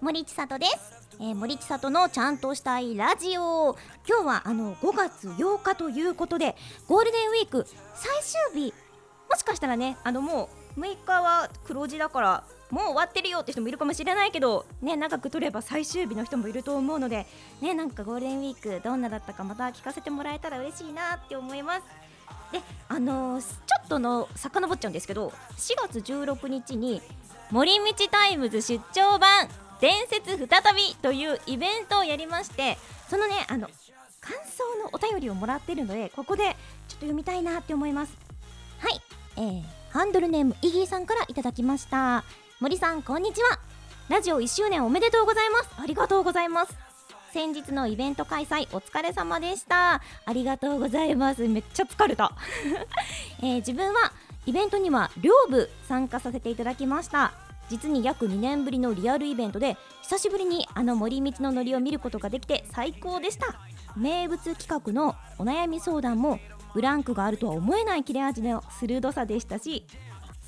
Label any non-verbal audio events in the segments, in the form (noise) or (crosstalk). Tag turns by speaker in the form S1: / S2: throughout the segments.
S1: 森千里です、えー、森千里のちゃんとしたいラジオ今日はあの5月8日ということでゴールデンウィーク最終日もしかしたらねあのもう6日は黒字だからもう終わってるよって人もいるかもしれないけどね長く取れば最終日の人もいると思うのでねなんかゴールデンウィークどんなだったかまた聞かせてもらえたら嬉しいなって思いますであのーちょっとの遡っちゃうんですけど4月16日に森道タイムズ出張版伝説再びというイベントをやりましてそのねあの感想のお便りをもらってるのでここでちょっと読みたいなって思いますはい、えー、ハンドルネームイギーさんからいただきました森さんこんにちはラジオ1周年おめでとうございますありがとうございます先日のイベント開催お疲れ様でしたありがとうございますめっちゃ疲れた、 (laughs) えー自分はイベントには両部参加させていただきました実に約2年ぶりのリアルイベントで久しぶりにあの森道のノリを見ることができて最高でした名物企画のお悩み相談もブランクがあるとは思えない切れ味の鋭さでしたし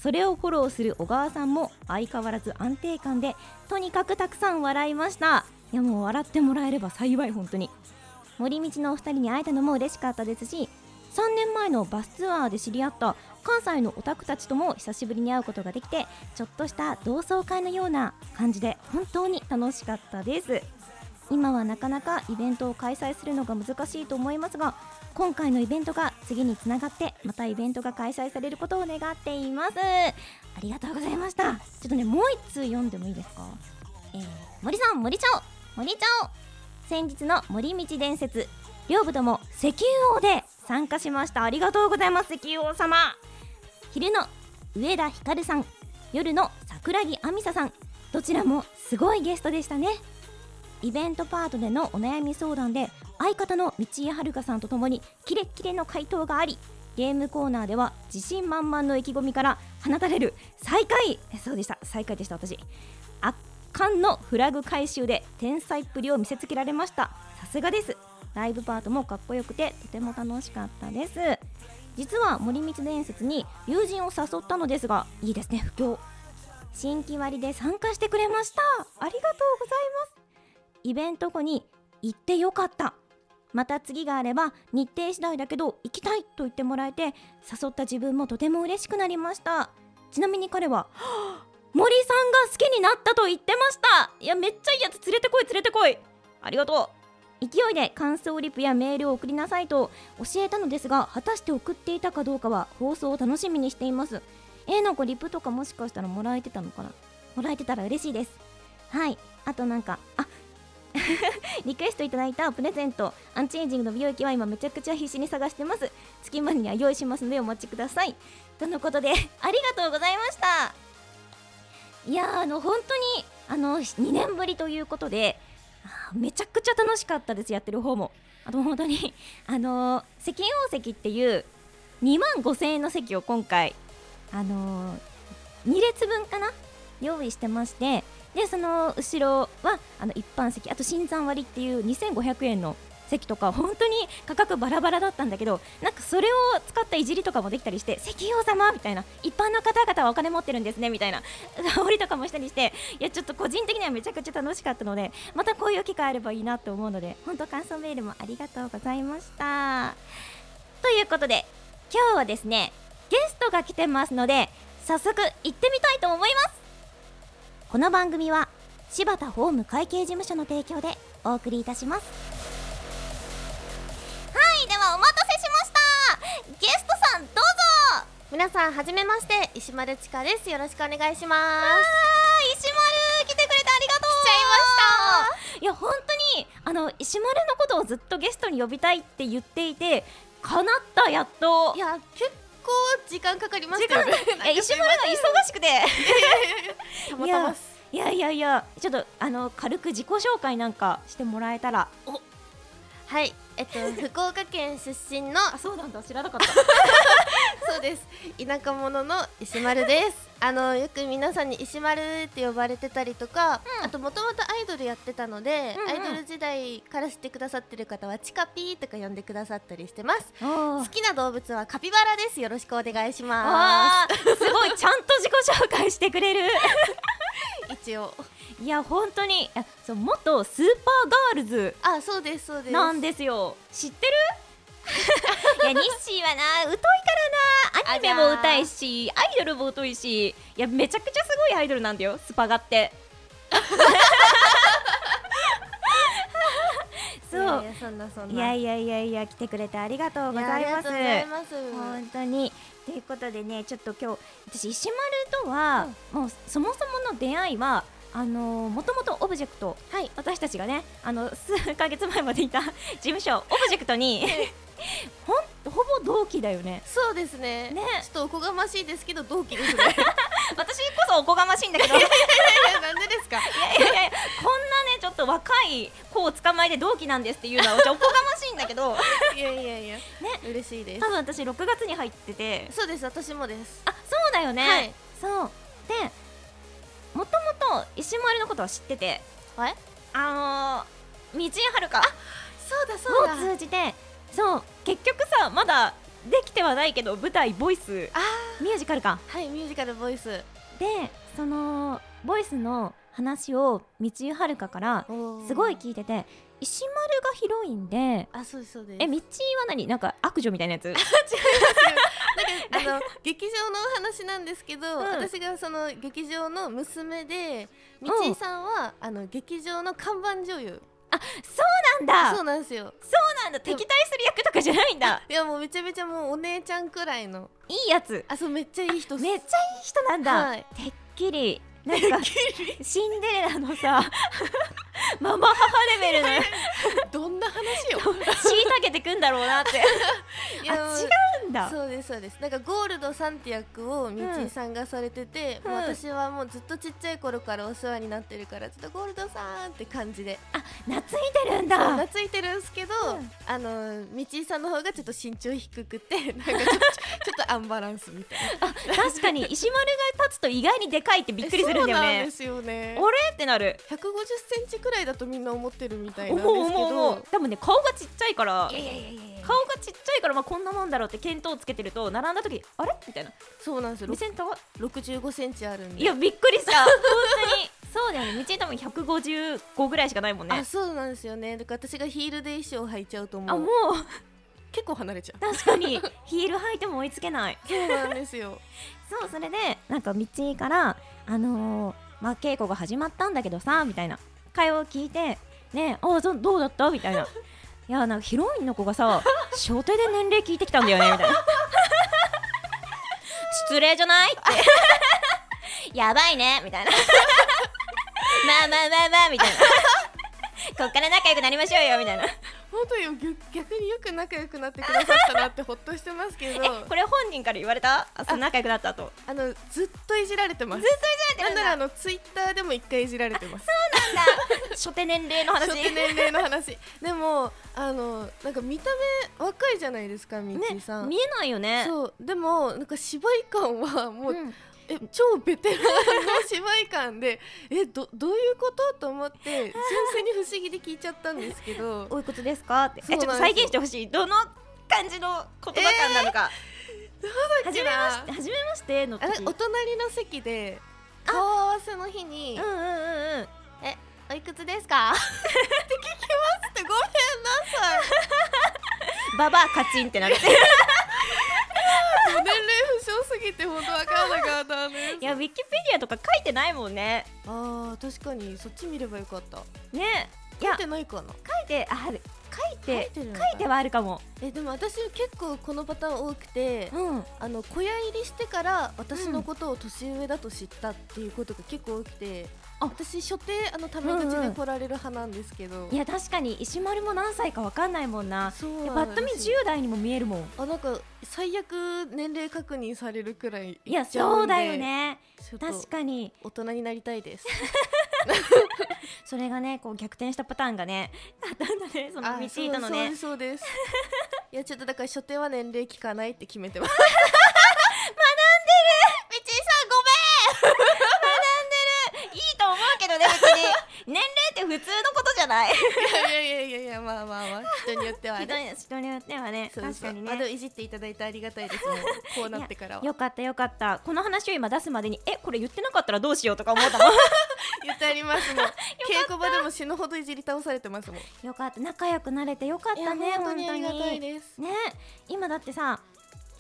S1: それをフォローする小川さんも相変わらず安定感でとにかくたくさん笑いましたいやもう笑ってもらえれば幸い本当に森道のお二人に会えたのも嬉しかったですし3年前のバスツアーで知り合った関西のオタクたちとも久しぶりに会うことができてちょっとした同窓会のような感じで本当に楽しかったです今はなかなかイベントを開催するのが難しいと思いますが今回のイベントが次につながってまたイベントが開催されることを願っていますありがとうございましたちょっとねもう一通読んでもいいですか、えー森さん森ちゃお森ちゃお先日の森道伝説両部とも石油王で参加しましたありがとうございます石油王様昼の上田ひかるさん夜の桜木亜美沙さんどちらもすごいゲストでしたねイベントパートでのお悩み相談で相方の道江遥さんと共にキレッキレの回答がありゲームコーナーでは自信満々の意気込みから放たれる最下位えそうでした最下位でした私圧巻のフラグ回収で天才っぷりを見せつけられましたさすがですライブパートもかっこよくてとても楽しかったです実は森光伝説に友人を誘ったのですがいいですね不況新規割で参加してくれましたありがとうございますイベント後に行ってよかったまた次があれば日程次第だけど行きたいと言ってもらえて誘った自分もとても嬉しくなりましたちなみに彼ははぁ森さんが好きになったと言ってましたいやめっちゃいいやつ連れてこい連れてこいありがとう勢いで感想リプやメールを送りなさいと教えたのですが果たして送っていたかどうかは放送を楽しみにしていますえー、なんかリプとかもしかしたらもらえてたのかなもらえてたら嬉しいですはいあとなんかあ (laughs) リクエストいただいたプレゼントアンチエイジングの美容液は今めちゃくちゃ必死に探してます月間には用意しますのでお待ちくださいとのことでありがとうございましたいやーあの本当にあの2年ぶりということであーめちゃくちゃ楽しかったですやってる方もあと本当に (laughs) あのー石英王石っていう2万5000円の席を今回あのー2列分かな用意してましてでその後ろはあの一般席あと新山割っていう2500円の席とか本当に価格バラバラだったんだけどなんかそれを使ったいじりとかもできたりして石油王様みたいな一般の方々はお金持ってるんですねみたいな煽りとかもしたりしていやちょっと個人的にはめちゃくちゃ楽しかったのでまたこういう機会あればいいなと思うので本当感想メールもありがとうございましたということで今日はですねゲストが来てますので早速行ってみたいと思いますこの番組は柴田法務会計事務所の提供でお送りいたしますはいではお待たせしましたゲストさんどうぞ
S2: 皆さんはじめまして石丸ちかですよろしくお願いしま
S1: あ
S2: す
S1: ー石丸来てくれてありがとう来ちゃいましたいや本当にあの石丸のことをずっとゲストに呼びたいって言っていて叶ったやっと
S2: いや結構時間かかりま
S1: 時
S2: した
S1: 間
S2: よ
S1: が
S2: ね
S1: いや石丸が忙しくて
S2: たまたまっす
S1: いやいやいやちょっとあの軽く自己紹介なんかしてもらえたら
S2: はいえっと (laughs) 福岡県出身の
S1: あそうなんだ知らなかった
S2: そうです田舎者の石丸ですあのよく皆さんに石丸って呼ばれてたりとか、あともともとアイドルやってたので、
S1: うんうん
S2: アイドル時代から知ってくださってる方はチカピーとか呼んでくださったりしてます
S1: (laughs) お
S2: 好きな動物はカピバラですよろしくお願いします
S1: あーすごいちゃんと自己紹介してくれる
S2: 一応
S1: いいや本当にあそう元スーパーガールズ
S2: あそうですそうです
S1: なんですよ知ってる (laughs) いやニッシーはな疎いからなアニメも
S2: あらー
S1: 疎いしアイドルも疎いしいやめちゃくちゃすごいアイドルなんだよスパガってそ
S2: いやいうや (laughs) そんなそん
S1: や
S2: ない
S1: いやいやいや来てくれてありがとうござい
S2: や
S1: ま
S2: ありがと
S1: す
S2: うございます
S1: 本当にということでねちょっと今日私石丸とは、もうそもそもの出会いはあのもともとオブジェクト
S2: はい
S1: 私たちがねあの数ヶ月前までいた (laughs) 事務所オブジェクトにほんほぼ同期だよね
S2: そうですね
S1: ね
S2: ちょっとおこがましいですけど同期 (laughs) ですねいやい
S1: 私こそおこがましいんだけどいやい
S2: やなんでですか
S1: やいやこんなねちょっと若い子を捕まえて同期なんですっていうのはちょっとおこがましいんだけど
S2: いやいやいやね嬉しいで
S1: (laughs) 多
S2: す
S1: 分私6月に入ってて
S2: そうです私もです
S1: あそうだよね、
S2: はい
S1: そうでもともと石丸のことは知ってて
S2: はい
S1: あのー、道はるか
S2: そうだそうだ
S1: を通じてそう結局さまだできてはないけど舞台「ボイス
S2: あ
S1: ミュージカルか
S2: ーはいミュージカルボイス
S1: でそのボイスの話を道ゆはるかからすごい聞いてて石丸がヒロインで
S2: あそうですそうです
S1: え道は何なんか悪女みたいなやつ
S2: あの劇場のお話なんですけど、
S1: ん
S2: 私がその劇場の娘で道
S1: うん
S2: 井さんはあの劇場の看板女優
S1: そうなんだ
S2: そ
S1: そう
S2: うなんですよ
S1: なんだ敵対する役とかじゃないんだ
S2: いやもうめちゃめちゃもうお姉ちゃんくらいの
S1: いいやつ
S2: あそうめっちゃいい人っす
S1: めっちゃいい人なんだ、
S2: はい
S1: てっきりなんかシンデレラの
S2: (laughs)
S1: さママ母レベルの
S2: どんな話 (laughs) よ
S1: 虐げてくんだろうなって
S2: いやも
S1: あ
S2: う
S1: 違うんだ
S2: そうですそうですなんかゴールドさんって役を道井さんがされてて、
S1: うん
S2: もう私はもうずっとちっちゃい頃からお世話になってるからずっとゴールドさんって感じで
S1: 懐いてるん
S2: そう
S1: だ
S2: 懐いてるんですけど、
S1: うん
S2: あの道井さんの方がちょっと身長低く
S1: (laughs)
S2: てなんかちょっとちょっとアンバランスみたいな
S1: 確
S2: (laughs)
S1: かに石丸が立つと意外にでかいって (laughs) びっくりするんだよ
S2: えそうなん
S1: ね
S2: ですよね
S1: 俺ってなる
S2: 150センチくらいだとみんな思ってるみたい
S1: 思
S2: なん
S1: う
S2: ですけど
S1: 思う思う多分ね顔がちっちゃいから
S2: いやいやいやいや
S1: 顔がちっちゃいからまあこんなもんだろうって見当つけてると並んだ時あれみたいな
S2: そうなんですよ
S1: 目線高っ
S2: 65センチあるんで
S1: いやびっく
S2: (laughs)
S1: りした本当にそうだよね道に多分155ぐらいしかないもん
S2: あ
S1: ね
S2: そうなんですよねだから私がヒールで衣装履いちゃうと
S1: あも
S2: も
S1: う
S2: う結構離れちゃう
S1: 確かにヒール履いても追いつけない
S2: そうなんですよ
S1: そうそれでなんか道から「あのー、まあ稽古が始まったんだけどさ」みたいな会話を聞いて「ねえあそどうだった?」みたいな。いやなんかヒロインの子がさ小手で年齢聞いてきたんだよねみたいな失礼じゃないってやばいねみたいなまあまあまあまあみたいなこっから仲良くなりましょうよみたいな
S2: 本当に逆逆によく仲良くなってくださったなってほっとしてますけど
S1: えこれ本人から言われたあそう仲良くなったと
S2: あのずっといじられてますなんならあのツイッターでも一回いじられてます
S1: 初手年齢の話
S2: 初手年齢の話でもあのなんか見た目若いじゃないですかみちさ
S1: ね
S2: ん、
S1: 見えないよね
S2: そうでもなんか芝居感はもう、
S1: うん
S2: え超ベテランの芝居感でえどどういうことと思って
S1: (laughs)
S2: 先生に不思議で聞いちゃったんですけど
S1: おいくつですかってえち
S2: そ
S1: ょ
S2: う
S1: っ
S2: な
S1: と
S2: んですよ
S1: 再現してほしいどの感じの言葉感なのか、はじめましてはじめましての
S2: あれ
S1: 時
S2: お隣の席で顔合わせの日
S1: う
S2: に
S1: んうんうんうん
S2: 「おいくつですか? 」って聞きますってごめんなさい
S1: (laughs) ババアカチンってなって
S2: (laughs) 年齢不詳すぎて本当わからなかったんです
S1: いやウィキペディアとか書いてないもんね
S2: あー確かにそっち見ればよかった
S1: ねい
S2: 書
S1: や
S2: いてないかな
S1: 書いてある書いて
S2: 書いてるのか
S1: 書いてはあるかも
S2: えでも私結構このパターン多くて
S1: うん
S2: あの小屋入りしてから私のことを年上だと知ったっていうことが結構多くて、
S1: あ
S2: 私所定あのタメ口
S1: うんう
S2: で
S1: ん
S2: 来られる派なんですけど、
S1: いや確かに石丸も何歳かわかんないもんな
S2: そう
S1: で
S2: な
S1: パ
S2: ん
S1: ッ
S2: です
S1: と見10代にも見えるもん
S2: あなんか最悪年齢確認されるくらい
S1: いや
S2: っちゃ
S1: そ
S2: ん
S1: う
S2: で
S1: だよね
S2: ちょっと
S1: 確かに
S2: 大人になりたい (laughs) です
S1: それがねこう逆転したパターンがねあったんだねその
S2: あ
S1: ミチータのね
S2: そうそうですそうです (laughs) いやちょっとだから所定は年齢聞かないって決めてます
S1: みちいさんごめん学んでるいいと思うけどね別に年齢って普通のことじゃなない
S2: (laughs) いやいやいやいやまあまあまあ人によってはね
S1: 人に人によってはね
S2: そうそう
S1: 確かに
S2: まあでも
S1: ね
S2: いじっていただいてありがたいですねこうなってからは
S1: よかったよかったこの話を今出すまでにえこれ言ってなかったらどうしようとか思
S2: (laughs)
S1: ったもん
S2: 言ってありますもん稽古場でも死ぬほどいじり倒されてますもん
S1: よかった仲良くなれてよかったね本当に
S2: ありがたいです
S1: ね今だってさ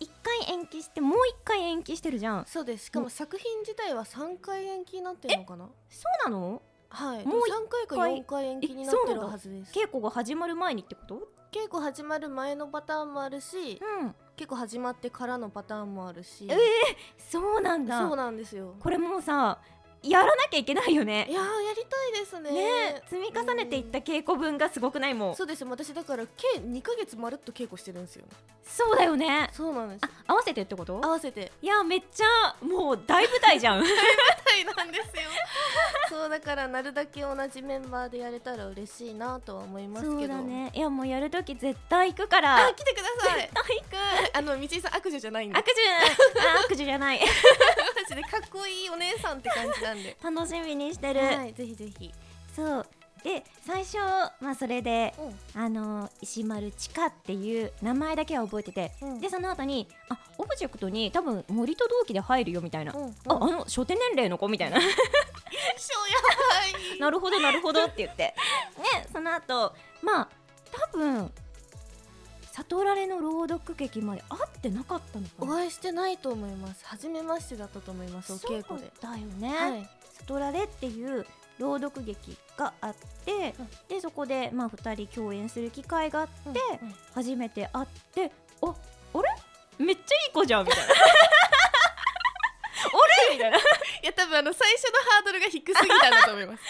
S1: 一回延期してもう一回延期してるじゃん
S2: そうですしかも作品自体は3回延期になってるのかな
S1: そうなの
S2: はい
S1: もう一
S2: 3回か4回延期になってるはずです
S1: 稽古が始まる前にってこと
S2: 稽古始まる前のパターンもあるし
S1: うん
S2: 結構始まってからのパターンもあるし
S1: えそうなんだ
S2: そうなんですよ
S1: これもうさやらなきゃいけないよ
S2: い
S1: ね
S2: やーやりたいですね
S1: ね積み重ねていった稽古分がすごくないもんそ
S2: そうです私だから計2ヶ月まるっと稽古してるんですよ
S1: うだよね
S2: そうなんです
S1: あ合わせてってこと
S2: 合わせて
S1: いやめっちゃもう大舞台じ
S2: (laughs)
S1: ゃん
S2: みたいなんですよ (laughs) そうだからなるだけ同じメンバーでやれたら嬉しいなとは思いますけど
S1: そうだねいやもうやるとき絶対行くから
S2: あ来てくだ (laughs) さい
S1: 絶対行く
S2: あの道井さん悪女じゃないんで
S1: 悪女あ悪女じゃ
S2: (laughs)
S1: ない
S2: マジでかっこいいお姉さんって感じなん (laughs) で
S1: 楽しみにしてる、
S2: はいぜひぜひ
S1: そうで最初まあそれで
S2: うん
S1: あの石丸千佳っていう名前だけは覚えてて、
S2: うん
S1: でその後にあオブジェクトに多分森と同期で入るよみたいな、
S2: うんうん
S1: ああの初手年齢の子みたいな
S2: やばい (laughs)
S1: なるほどなるほどって言ってねその後まあ多分悟られの朗読劇まで会ってなかったのか
S2: お
S1: な
S2: 会いしてないと思います初めましてだったと思いますお稽古で
S1: そうだよね、
S2: はい
S1: 悟られっていう朗読劇があって、
S2: うん
S1: でそこでまあ2人共演する機会があって、
S2: うんうん
S1: 初めて会ってああれめっちゃいい子じゃんみ (laughs) たいなあれみたいない
S2: や多分あの最初のハードルが低すぎたんだと思います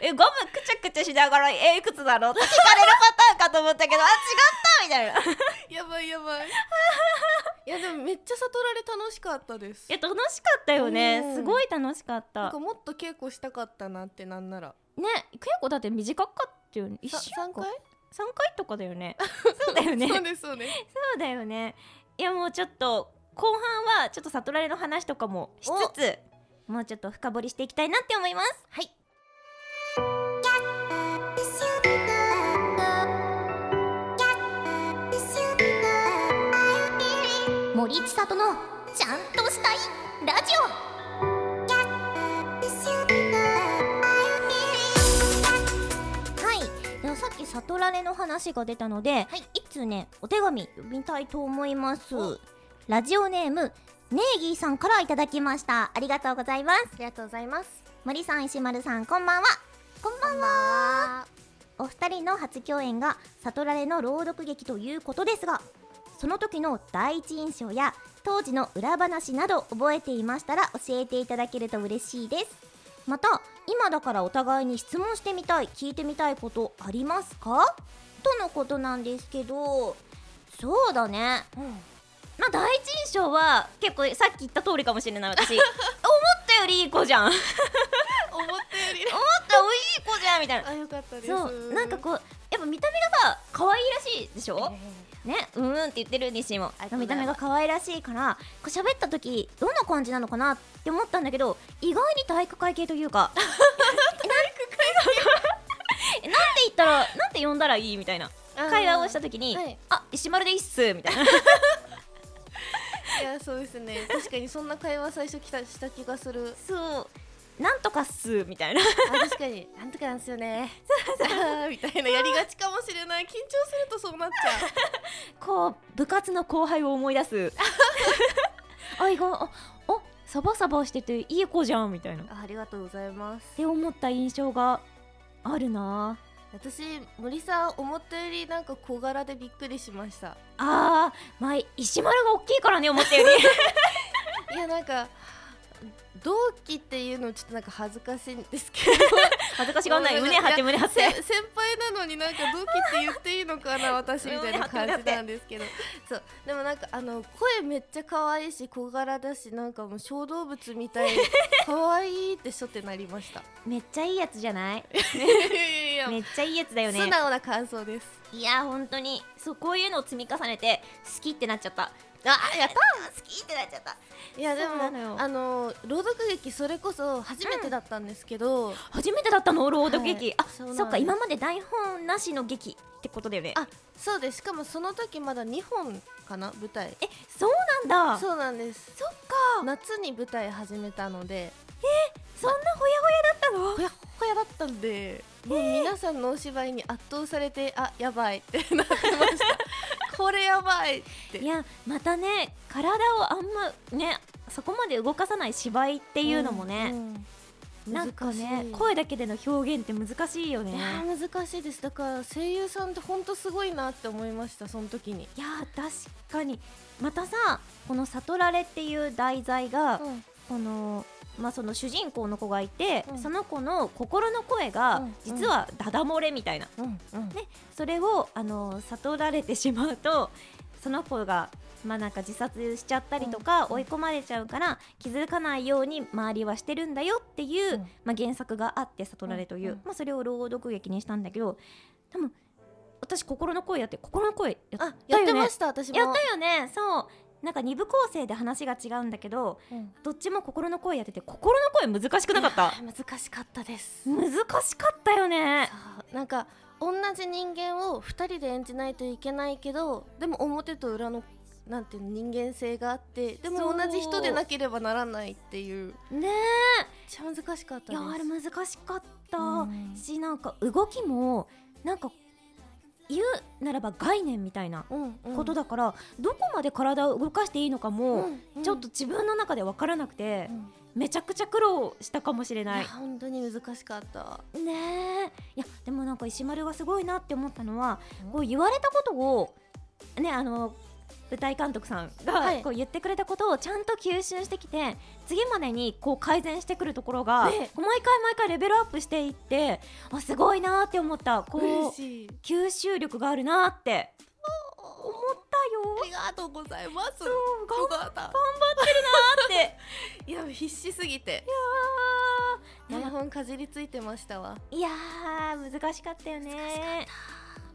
S1: えゴムくちゃくちゃしながらえいくつだろうって聞かれるパターンかと思ったけどあ違ったみたいない
S2: やばいやばい (laughs) いやでもめっちゃ悟られ楽しかったです
S1: や楽しかったよ
S2: う
S1: ね
S2: ん
S1: すごい楽しかっ
S2: な
S1: た
S2: んかもっと稽古したかったなってなんなら
S1: ね稽古だって短かったよね一
S2: さ
S1: 週間
S2: 三回
S1: 三回とかだよねそうだよね
S2: そうですそうです
S1: そうだよねいやもうちょっと後半はちょっと悟られの話とかもしつつもうちょっと深掘りしていきたいなって思いますはい森千里のちゃんとしたいラジオはいではさっき悟られの話が出たので、い、つねお手紙読みたいと思いますラジオネームネイギーさんからいただきましたありがとうございます
S2: ありがとうございます
S1: 森さん石丸さんこんばんはこんばんはお二人の初共演が悟られの朗読劇ということですがその時の第一印象や当時の裏話など覚えていましたら教えていただけると嬉しいですまた今だからお互いに質問してみたい聞いてみたいことありますかとのことなんですけどそうだねまあ第一印象は結構さっき言った通りかもしれない (laughs) 私思ったよりいい子じゃん
S2: 思ったよりね
S1: 思ったよりいい子じゃんみたいな
S2: (laughs) あよかったです
S1: そうなんかこうやっぱ見た目がさ可愛いらしいでしょねうーんって言ってる西も
S2: ありがとうご
S1: 見
S2: ざ
S1: た
S2: います
S1: 目が可愛らしいからこう喋った時どんな感じなのかなって思ったんだけど意外に体育会系というか体育 (laughs) 会系なんて言ったらなんて呼んだらいいみたいな
S2: あー
S1: 会話をした時に
S2: はい
S1: 「あ石丸でいいっす」みたいな
S2: いやそうですね確かにそんな会話最初きたした気がする
S1: (laughs) そう「なんとかっす」みたいな
S2: あ確かになんとかなんですよねあ (laughs) ーみたいなやりがちかもしれない緊張するとそうなっちゃう
S1: (laughs) こう部活の後輩を思い出す (laughs) あ意外ああサバサバしてていい子じゃんみたいなっ
S2: あありがとうございます
S1: て思った印象があるな
S2: 私森さん思ったよりなんか小柄でびっくりしま (laughs) した
S1: あーまあ石丸が大きいからね思ったよ
S2: (laughs)
S1: り
S2: いやなんか同期っていうのちょっとなんか恥ずかしいんですけど
S1: 恥ずかしがらない胸張って胸張って
S2: せ先輩なのになんか同期って言っていいのかな私みたいな感じなんですけどそうでもなんかあの声めっちゃ可愛いし小柄だしなんかもう小動物みたい可愛いってしょってなりました
S1: めっちゃいいやつじゃない
S2: (laughs) いやい
S1: め
S2: や
S1: っちゃいいやつだよ
S2: 素
S1: ね
S2: 直な感想です
S1: いや本当にそうこういうのを積み重ねて好きってなっちゃった
S2: あやっ
S1: 好きってなっちゃった
S2: たいやでも
S1: そうなのよ
S2: あの朗読劇それこそ初めてだったんですけど、
S1: 初めてだったの朗読劇、
S2: はい
S1: あ
S2: そう
S1: そ
S2: なん
S1: っか
S2: です
S1: 今まで台本なしの劇ってことだよね
S2: あそうですしかもその時まだ2本かな舞台
S1: えそうなんだそ
S2: そうなんです
S1: っか
S2: 夏に舞台始めたので
S1: そんなほやほやだったの
S2: ほやっほやだったんで、もう皆さんのお芝居に圧倒されてあやばいってなってまし
S1: (laughs)
S2: たこれやばいって
S1: いやまたね体をあんまねそこまで動かさない芝居っていうのもね、
S2: うん
S1: なんか
S2: 難
S1: ね
S2: しい
S1: 声だけでの表現って難しいよね
S2: いやー難しいですだから声優さんって本当すごいなって思いましたその時に、
S1: いやー確かにまたさこの「悟られ」っていう題材が、
S2: うん
S1: このまあその主人公の子がいて、
S2: うん
S1: その子の心の声が、
S2: うん
S1: 実はダダ漏れみたいな、
S2: うんうん
S1: ね、それをあの悟られてしまうとその子が、まあ、なんか自殺しちゃったりとか、
S2: うん
S1: 追い込まれちゃうから気づかないように周りはしてるんだよっていう、
S2: うん
S1: まあ、原作があって「悟られ」という、
S2: うんうん
S1: まあ、それを朗読劇にしたんだけど多分私心の声やって心の声やったよ
S2: あ
S1: ね
S2: やってました私も
S1: やったよねそうなんか二部構成で話が違うんだけど
S2: うん
S1: どっちも心の声やってて心の声難しくなか
S2: (laughs)
S1: った
S2: いやー難しかったです
S1: 難しかったよね
S2: そう (laughs) なんか同じ人間を2人で演じないといけないけどでも表と裏のなんていうの人間性があってで
S1: そ
S2: も
S1: う
S2: 同じ人でなければならないっていうめっ
S1: ね
S2: ちゃ難しかったです
S1: えいやあれ難しかった、
S2: うん
S1: しなんか動きもなんか言うならば概念みたいな
S2: うんうん
S1: ことだから、どこまで体を動かしていいのか
S2: う
S1: も、
S2: んうん
S1: ちょっと自分の中で分からなくて
S2: う、ん
S1: めちゃくちゃ苦労したかもしれ
S2: い
S1: ない
S2: や本当に難しかった
S1: ねえいやでもなんか石丸がすごいなって思ったのは
S2: うん
S1: こう言われたことをねあの舞台監督さん
S2: は
S1: が
S2: い
S1: こう言ってくれたことをちゃんと吸収してきて、次までにこう改善してくるところが、
S2: ね
S1: 毎回毎回レベルアップしていってあすごいなって思ったこ
S2: 嬉
S1: う
S2: しい
S1: 吸収力があるなって思っ
S2: あ
S1: たよ
S2: りがとうございます
S1: そう頑
S2: よ
S1: 張っ
S2: かった
S1: て
S2: いや必死すぎて
S1: (laughs) いや
S2: 台本かじりついてましたわ
S1: いやー難しかったよね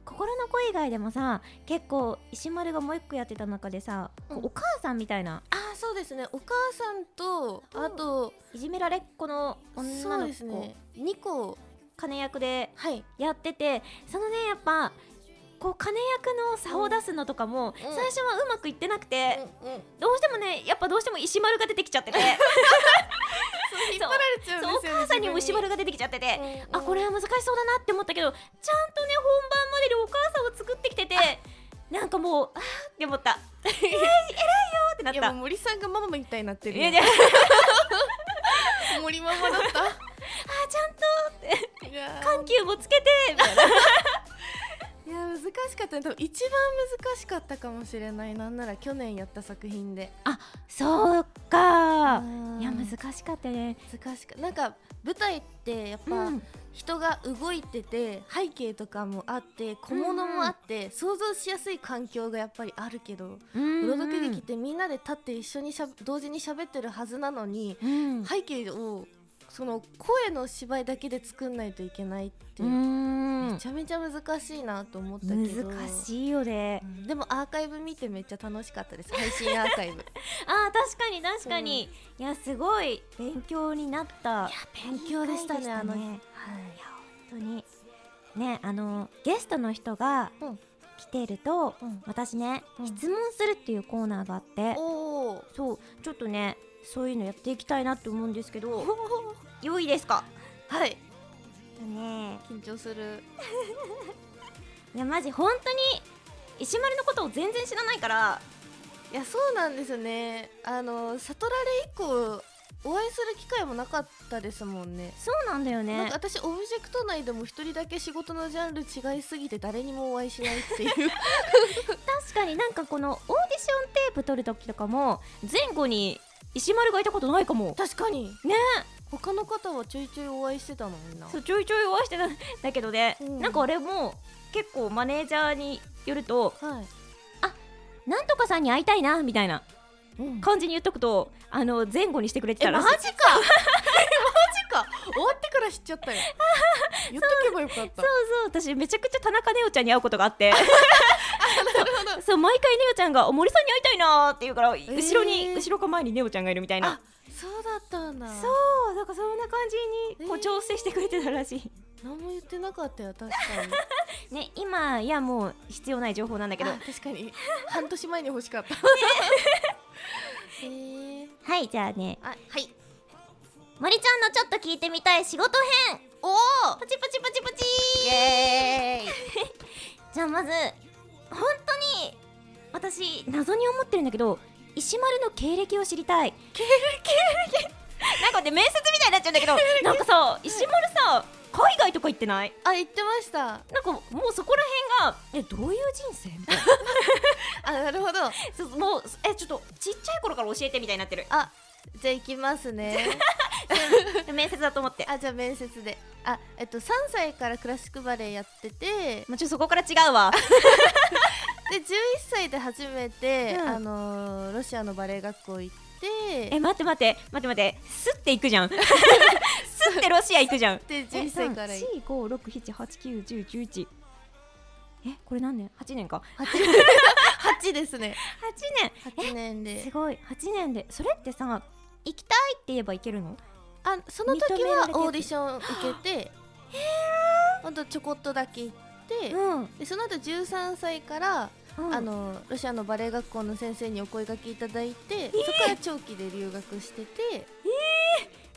S1: 心の声以外でもさ結構石丸がもう一個やってた中でさ、こう
S2: うん
S1: お母さんみたいな
S2: あーそうですねお母さんと
S1: うん
S2: あと、
S1: いじめられっ子の女
S2: そう
S1: の
S2: です
S1: 子、
S2: ね2個
S1: 金役で
S2: はい
S1: やっててそのねやっぱこう金役の差を出すのとかも、
S2: うん
S1: 最初はうまくいってなくて、
S2: うんうん、
S1: どうしてもねやっぱどうしても石丸が出てきちゃってて
S2: そう引っ張られちゃうんです
S1: そう
S2: よ、
S1: お母さんにも石丸が出てきちゃってて、あこれは難しそうだなって思ったけどちゃんとね本番までにお母さんを作ってきててなんかもうあーって思った (laughs) 偉い偉いよーってなっ
S2: いや
S1: た
S2: もう森さんがママみたいになってる
S1: いやいや
S2: 森ママだっ
S1: あちゃんと
S2: たいやー
S1: 緩急もつけてみたいない
S2: や難しかったね多分一番難しかったかもしれないなんなら去年やった作品で
S1: そうか
S2: うん
S1: いや難しかったね
S2: 難しかなんか舞台ってやっぱ、
S1: うん
S2: 人が動いてて背景とかもあって小物もあって、想像しやすい環境がやっぱりあるけど、
S1: うん
S2: 朗読劇ってみんなで立って一緒にしゃ同時に喋ってるはずなのに、
S1: うん
S2: 背景をその声の芝居だけで作んないといけないっていう、
S1: うん
S2: めちゃめちゃ難しいなと思ったけど
S1: 難しいよね
S2: うんでもアーカイブ見てめっちゃ楽しかったです配信アーカイブ (laughs) いや
S1: あー確かに確かにいやすごい勉強になった
S2: 勉強でしたね
S1: いい回
S2: あの、はい、
S1: いや本当にねあのゲストの人が
S2: うん
S1: 来てると、
S2: うん
S1: 私ね、
S2: うん
S1: 質問するっていうコーナーがあって
S2: おお
S1: そうちょっとねそういうのやっていきたいなって思うんですけど良いですか
S2: はい
S1: ね
S2: 緊張する
S1: いやマジ本当に石丸のことを全然知らないから
S2: いやそうなんですねあの悟られ以降お会いする機会もなかったですもんね
S1: そうなんだよ
S2: なん
S1: ね
S2: か私オブジェクト内でも一人だけ仕事のジャンル違いすぎて誰にもお会いしないっていう
S1: 確かになんかこのオーディションテープ取る時とかも前後に石丸がいたことないかも
S2: (laughs) 確かに
S1: ね
S2: 他の方はちょいちょいお会いしてたのにな
S1: そうちょいちょいお会いしてたん (laughs) だけどね、
S2: うん
S1: なんかあれも結構マネージャーによると
S2: はい、
S1: なんとかさんに会いたいなみたいな
S2: うん
S1: 感じに言っとくとあの前後にしてくれて
S2: え
S1: た
S2: マ
S1: ら
S2: ジかマジか終わってから知っちゃ (laughs) ったよ言っとけばよかった
S1: (laughs) そうそう私めちゃくちゃ田中ねおちゃんに会うことがあって
S2: (laughs) なるほど
S1: そう毎回ネオちゃんがお森さんに会いたいなーって言うから、
S2: ー
S1: 後ろに後ろか前にネオちゃんがいるみたいな
S2: あそうだったんだ
S1: そうなんかそんな感じにこう
S2: えー
S1: 調整してくれてたらしい、
S2: 何も言ってなかったよ確かに
S1: ね今いやもう必要ない情報なんだけど
S2: (laughs) あ確かに半年前に欲しかった (laughs) へえ
S1: はいじゃあね
S2: あはい
S1: 森ちゃんのちょっと聞いてみたい仕事編
S2: おお
S1: パチパチパチパチ
S2: イエーイ
S1: じゃあまず本当に私謎に思ってるんだけど石丸の経歴を知りたい経歴なんかね面接みたいになっちゃうんだけどなんかさ石丸さ海外とか行ってない
S2: あ言ってました
S1: なんかもうそこら辺がえどういう人生みたいな
S2: あなるほど
S1: そうもうえちょっとちっちゃい頃から教えてみたいにな (laughs) ってる
S2: あじゃあ行きま
S1: (laughs)
S2: すね
S1: 面接だと思って
S2: あじゃあ面接であえっと3歳からクラシックバレエやってて
S1: まあ、ちょっとそこから違うわ
S2: で11歳で初めて、
S1: うん
S2: あのーロシアのバレエ学校行って
S1: え待って待って待って待ってすっていくじ (laughs) ゃんすってロシア行くじゃん
S2: で11歳から行っ
S1: 四五六七八九十十一。え、これ何年？八年か。
S2: 8ですね
S1: (laughs) 八
S2: 8年
S1: 年。す
S2: で
S1: ごい。八年で、それってさ、行きたいって言えば行けるの？
S2: あその時
S1: 認められ
S2: は
S1: てて
S2: オーディション受けてほんとちょこっとだけ行って、
S1: うん。
S2: でその後13歳から、あ
S1: あの、
S2: のーロシアのバレエ学校の先生にお声掛けいただいて、そこから長期で留学してて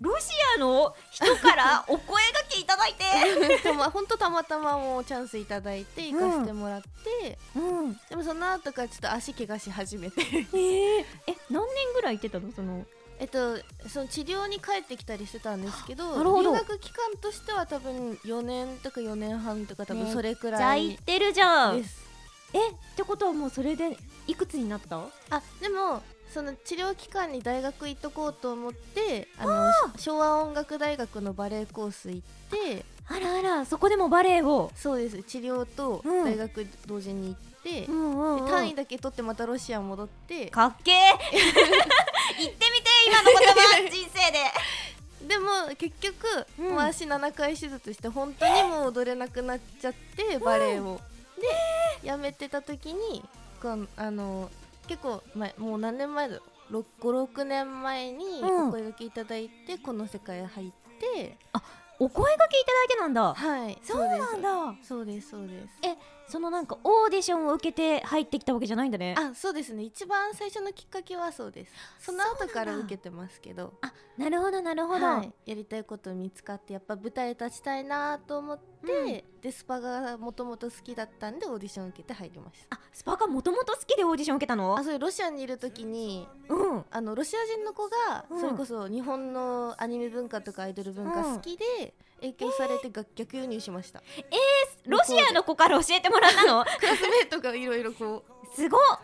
S1: ロシアの人からお声がけいただいて。
S2: (laughs) たま本当たまたまもうチャンスいただいて行かせてもらって、
S1: (laughs) うん。
S2: でもその後からちょっと足怪我し始めて (laughs)
S1: えええ、何年ぐらい行ってたの？その。
S2: えっとその治療に帰ってきたりしてたんですけど
S1: なるほど
S2: 留学期間としては多分4年とか4年半とか多分
S1: ね
S2: それく
S1: じゃあ
S2: ら
S1: 行っ
S2: い
S1: てるじゃん。
S2: で
S1: え、っ
S2: す、
S1: てことはもうそれでいくつになった？
S2: あでもその治療期間に大学行っとこうと思ってあの昭和音楽大学のバレエコース行って
S1: あらあら、そこでもバレエを。
S2: そうです治療と
S1: うん
S2: 大学同時に行って、
S1: んう
S2: で単位だけ取ってまたロシア戻って
S1: かっ (laughs) けえ言ってみて今の言 (laughs) 葉人生で
S2: でも結局、
S1: うん
S2: まあ、足7回手術して本当にもう踊れなくなっちゃってバレエを、で、やめてた時にこんあの結構前もう何年前だろ56年前に
S1: うん
S2: お声がけいただいて、この世界入って
S1: お声がけいただいてなんだ
S2: はい
S1: そう
S2: で
S1: な
S2: す
S1: んだ
S2: そうですそうです
S1: そのなんかオーディションを受けて入ってきたわけじゃないんだね
S2: あそうですね一番最初のきっかけはそうですその後から受けてますけど
S1: なるほどなるほど、
S2: はい、やりたいこと見つかってやっぱ舞台立ちたいなと思って、でスパがもともと好きだったんでオーディション受けて入りました
S1: あスパがもともと好きでオーディション受けたの
S2: あそういうロシアにいる時に
S1: うん
S2: あのロシア人の子が、
S1: うん
S2: それこそ日本のアニメ文化とかアイドル文化好きで、影響されて楽逆輸入しました、
S1: ロシアの子から教えても (laughs) らったの
S2: クラスメートがいろいろこう
S1: すごっ (laughs)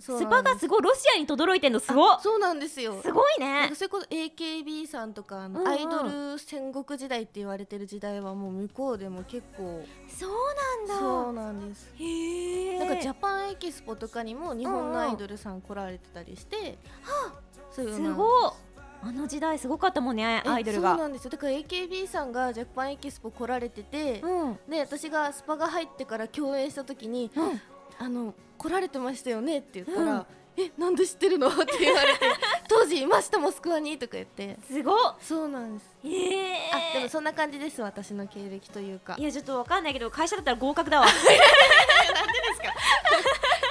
S2: そう
S1: ス
S2: な
S1: パ
S2: んで
S1: が
S2: す
S1: すごいロシアに轟いてんのすごっ
S2: あそうなんですよ
S1: すごい
S2: なん
S1: ね
S2: かそれこそ AKB さんとかあの
S1: うんうん
S2: アイドル戦国時代って言われてる時代はもう向こうでも結構
S1: そうな
S2: そうん
S1: だ
S2: なんです
S1: へえ
S2: なんかジャパンエキスポとかにも日本のアイドルさん来られてたりして、そういう
S1: す
S2: の
S1: ごっあの時代すごかったもんね
S2: え
S1: アイドル
S2: そう
S1: が
S2: なんですよだから AKB さんがジャパンエキスポ来られてて、
S1: うん
S2: で私がスパが入ってから共演した時に
S1: うん
S2: 「あの来られてましたよね」って言った
S1: うん
S2: ら「えなんで知ってるの?」 (laughs) って言われて「当時いましたモスクワに」とか言って
S1: すごっ
S2: そうなんです、
S1: へえ
S2: あでもそんな感じです私の経歴というか
S1: いやちょっとわかんないけど会社だったら合格 (laughs) だわ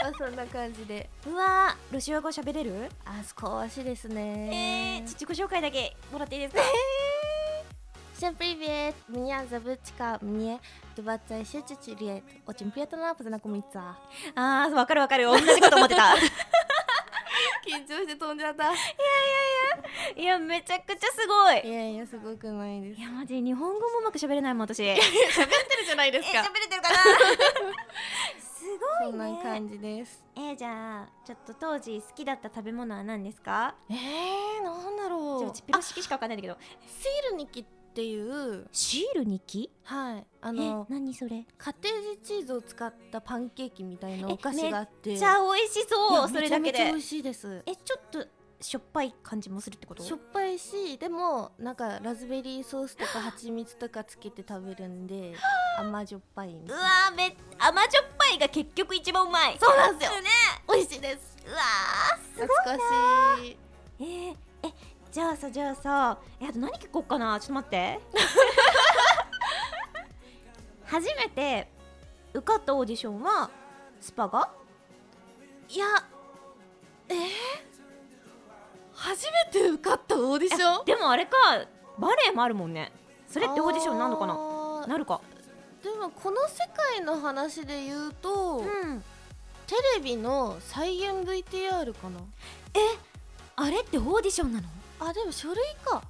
S2: まあそんな感じで
S1: うわーロシア語喋れる
S2: あ少しです
S1: え
S2: ね
S1: ー、自己紹介だけもらっていいですか
S2: Всем привет! Меня зовут Чика, мне 26 лет. Очень приятно познакомиться.
S1: (laughs) あーわかるわかる (laughs) 同じこと思ってた
S2: 緊張して飛んじゃった。い
S1: いやめちゃくちゃすごい
S2: やいや、すごくないです。
S1: いやマジ日本語もうまく喋れないもん私 (laughs) え
S2: 喋ってるじゃないで
S1: 喋れてるかなすご
S2: そ
S1: い
S2: んな
S1: ね
S2: 感じです。
S1: えー、じゃあちょっと当時好きだった食べ物は何ですか
S2: えー、なんだ
S1: ちょ
S2: ろ
S1: っ
S2: う
S1: と。チピロ式しかわかんないんだけど
S2: シールニキっていう、
S1: シール日記
S2: はい、あ
S1: え
S2: の、
S1: 何それ
S2: カッテージチーズを使ったパンケーキみたいな
S1: え
S2: お菓子があって。
S1: じゃあ美味し
S2: い
S1: そ
S2: や
S1: うそれだけ
S2: めちゃめちゃ
S1: で
S2: 美味しいです。
S1: えちょっとしょっぱい感じもするってこと
S2: しょっぱいしでもなんかラズベリーソース (gasps) とか (gasps) 蜂蜜とかつけて食べるんで甘じょっぱいみた
S1: う
S2: い
S1: わ
S2: な
S1: ーめ甘じょっぱい貝が結局一番うまい
S2: そうなんですよ
S1: ね
S2: 美味しいです
S1: うわ
S2: 懐かしい
S1: ーえー、えじゃあさじゃあさえあと何聞こうかなちょっと待って (laughs) 初めて受かったオーディションはスパが
S2: いやえー、初めて受かったオーディション
S1: でもあれかバレエもあるもんねそれってオーディションなんのかな
S2: な
S1: なるか
S2: でもこの世界の話で言うと、
S1: ん
S2: テレビの再現 VTR かな
S1: あれってオーディションなの
S2: あでも書類か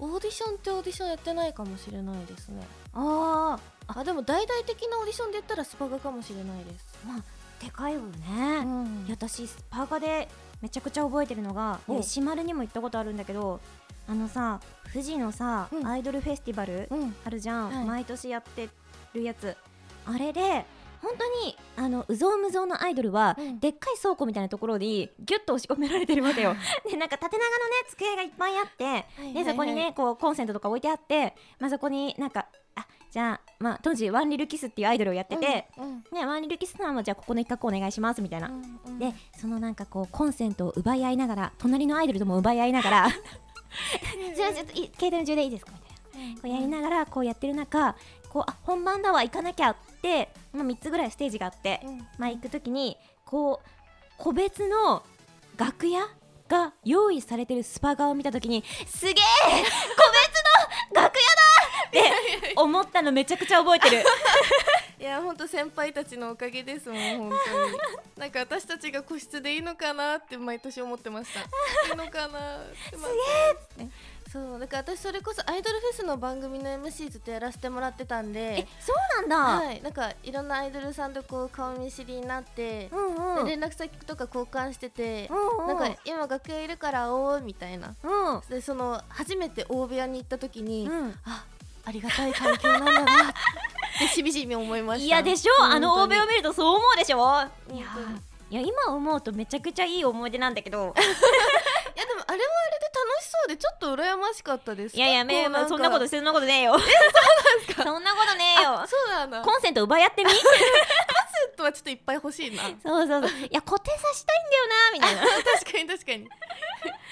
S2: オーディションってオーディションやってないかもしれないですね
S1: あ
S2: あでも大々的なオーディションで言ったらスパガかもしれないです、
S1: ーでかいよね、
S2: うん
S1: いや私スパーカでめちゃくちゃ覚えてるのが
S2: お
S1: 石丸にも行ったことあるんだけどあのさ富士のさ、
S2: うん
S1: アイドルフェスティバル
S2: うん
S1: あるじゃん、
S2: はい
S1: 毎年やってるやつあれで本当にあのうぞうむぞうのアイドルは、
S2: うん
S1: でっかい倉庫みたいなところにギュッと押し込められてるわけよでなんか縦長のね机がいっぱいあって
S2: はいはい
S1: でそこにねこうコンセントとか置いてあって、まあ、そこになんかあじゃあ、まあ、当時ワンリルキスっていうアイドルをやってて、
S2: うん
S1: ね、ワンリルキスさんはじゃあここの一角お願いしますみたいな、
S2: うんうん
S1: でそのなんかこうコンセントを奪い合いながら隣のアイドルとも奪い合いなが (laughs) らじゃあちょっとい携帯の充電いいですかみたいなこうやりながらこうやってる中こうあ本番だわ行かなきゃって、まあ、3つぐらいステージがあって、
S2: うん
S1: まあ、行く時にこう個別の楽屋が用意されてるスパガを見た時にすげえ個別の楽屋だ (laughs) って思ったのめちゃくちゃ覚えてる
S2: いや本当先輩たちのおかげですもん
S1: (laughs)
S2: 本当になんか私たちが個室でいいのかなって毎年思って
S1: (laughs)
S2: ましたいいのかなってまたそうだから私それこそアイドルフェスの番組の MC ずっとやらせてもらってたん
S1: (laughs) え
S2: で
S1: そうなんだ、
S2: はいなんかいろんなアイドルさんとこう顔見知りになって
S1: う、んうんうん
S2: で連絡先とか交換してて、
S1: うん
S2: なんか今楽屋いるから会おうみたいな
S1: うん
S2: でその初めて大部屋に行った時に、
S1: うん
S2: あありがたい環境なんだなってしみじみ思いました
S1: いやでしょあの欧米を見るとそう思うでしょいや
S2: 本当に
S1: いや今思うとめちゃくちゃいい思い出なんだけ (laughs) ど
S2: いやでもあれはあれで楽しそうでちょっと羨ましかったです
S1: いやいやめ
S2: 結構なんか
S1: そんなことそんなことねえよそんなことねえ
S2: あ
S1: よ
S2: そうなんだコン
S1: コンセント奪い合 (laughs) ってみ
S2: セントはちょっといっぱい欲
S1: (laughs)
S2: しいな
S1: そうそうそういや固定させたいんだよなみたいな
S2: 確かに確かに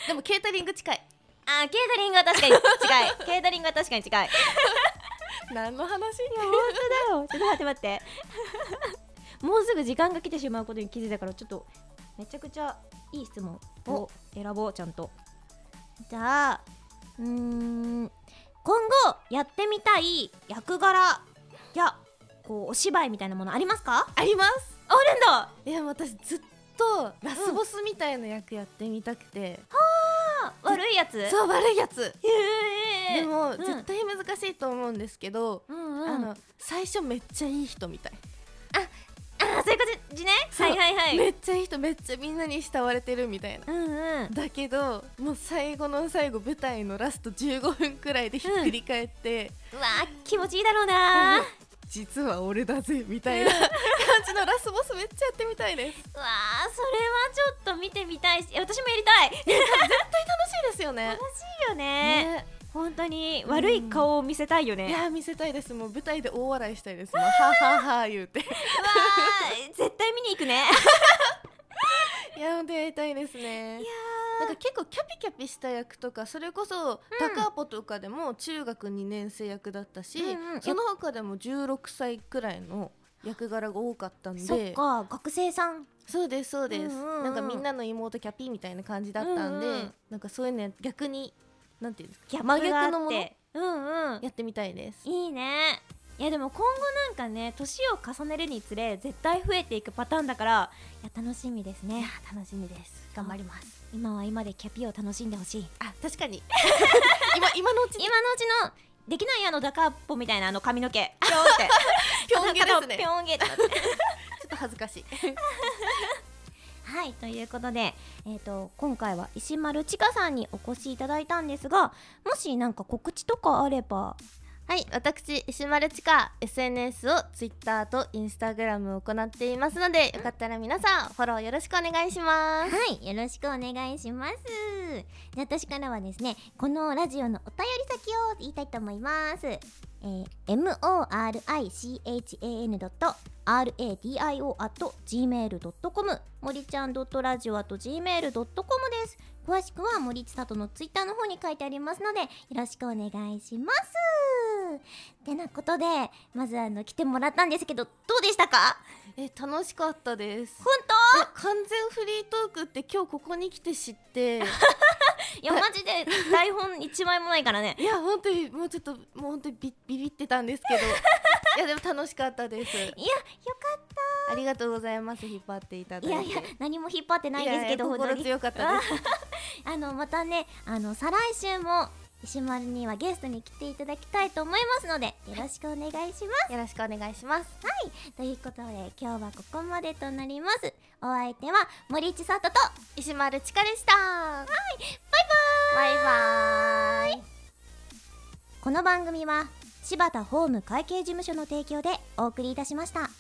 S2: でもケータリング近い
S1: あーケータリングは確か (laughs) に近いケータリングは確かに近い
S2: 何の話
S1: 本当だよちょっと待って待ってもうすぐ時間が来てしまうことに気づいたからちょっとめちゃくちゃいい質問を選ぼうちゃんとじゃあうーん今後やってみたい役柄やこうお芝居みたいなものありますか
S2: あります
S1: あるんだ
S2: いや私ずっとラスボスみたいな役やってみたくて、
S1: 悪いやつ
S2: そう悪いやつ
S1: へえ
S2: でも、
S1: うん
S2: 絶対難しいと思うんですけど、
S1: うんうん
S2: あ
S1: あ
S2: の最初めっちゃいい人みたい
S1: ーそういう感じね
S2: そう
S1: はいはいはい、
S2: めっちゃいい人めっちゃみんなに慕われてるみたいな
S1: うんうん
S2: だけどもう最後の最後舞台のラスト15分くらいでひっくり返って、
S1: うわー気持ちいいだろうなー
S2: 実は俺だぜみたいな感じのラスボスめっちゃやってみたいです
S1: うわあそれはちょっと見てみたいしいや私もやりたい楽し
S2: 楽しいですよね
S1: いよね
S2: ね
S1: 本当に
S2: うん
S1: 悪い顔を見せたいよね、
S2: い
S1: わ
S2: やー見せたいですもう舞台で大笑いしたいです (laughs) もうはあはあはあ言うて
S1: ー絶対見に行
S2: (laughs)
S1: くね
S2: いやほんとやりたいですねなんか結構キャピキャピした役とかそれこそダカーポとかでも中学2年生役だったし、
S1: うんうん
S2: その他でも16歳くらいの役柄が多かったんで
S1: そっか学生さん
S2: そうですそうです、
S1: うんうんうん
S2: なんかみんなの妹キャピーみたいな感じだったんで、
S1: うんうん
S2: なんかそういうの逆になんていうんですか
S1: ギャッ
S2: 真
S1: プがあって
S2: 逆のものや
S1: うんうん
S2: ってみたいです
S1: いいねいやでも今後なんかね年を重ねるにつれ絶対増えていくパターンだからいや楽しみですね
S2: 楽しみです頑張ります
S1: 今は今でキャピを楽しんでほしい
S2: あ確かに今今のうち
S1: (laughs) 今
S2: に
S1: のうちのできないあのダカッポみたいなあの髪の
S2: (laughs)
S1: 毛ピョンって
S2: ぴょんげですね
S1: ピ
S2: ちょ
S1: ョンゲって
S2: っと恥ずかしい
S1: はいということで、えー、と今回は石丸千佳さんにお越しいただいたんですがもしなんか告知とかあれば
S2: はい私石丸千佳 SNS を Twitter と Instagram を行っていますのでよかったら皆さんフォローよろしくお願いしま
S1: はいよろしくお願いしますで私からはですねこのラジオのお便り先を言いたいと思います、えー、morichan.r radio.gmail.com 森ちゃん .radio.gmail.com です詳しくは森千里のツイッターの方に書いてありますのでよろしくお願いしますてなことでまずあの来てもらったんですけどどうでしたか
S2: え楽しかったです
S1: 本
S2: え完全フリートークって今日ここに来て知って (laughs)
S1: 当いやマジで台本一枚もないから
S2: (laughs)
S1: ね
S2: いや本当にもうちょっともう本当にビビビってたんです (laughs) けどいやでも楽しかったです
S1: いやよかっ
S2: ありがとうございます引っ張っていただ
S1: た
S2: い
S1: い
S2: て
S1: やいや何も引っ張ってないですけど
S2: いや
S1: 本
S2: いや
S1: 当
S2: 心
S1: に
S2: 強かったです
S1: あのまたねあの再来週も石丸にはゲストに来ていただきたいと思いますのでよろしくお願いします、
S2: (laughs) よろしくお願いします
S1: ということで今日はここまでとなりますお相手は森千里と
S2: 石丸ちかでした
S1: バイバーイ
S2: バイバーイ
S1: この番組は柴田ホーム会計事務所の提供でお送りいたしました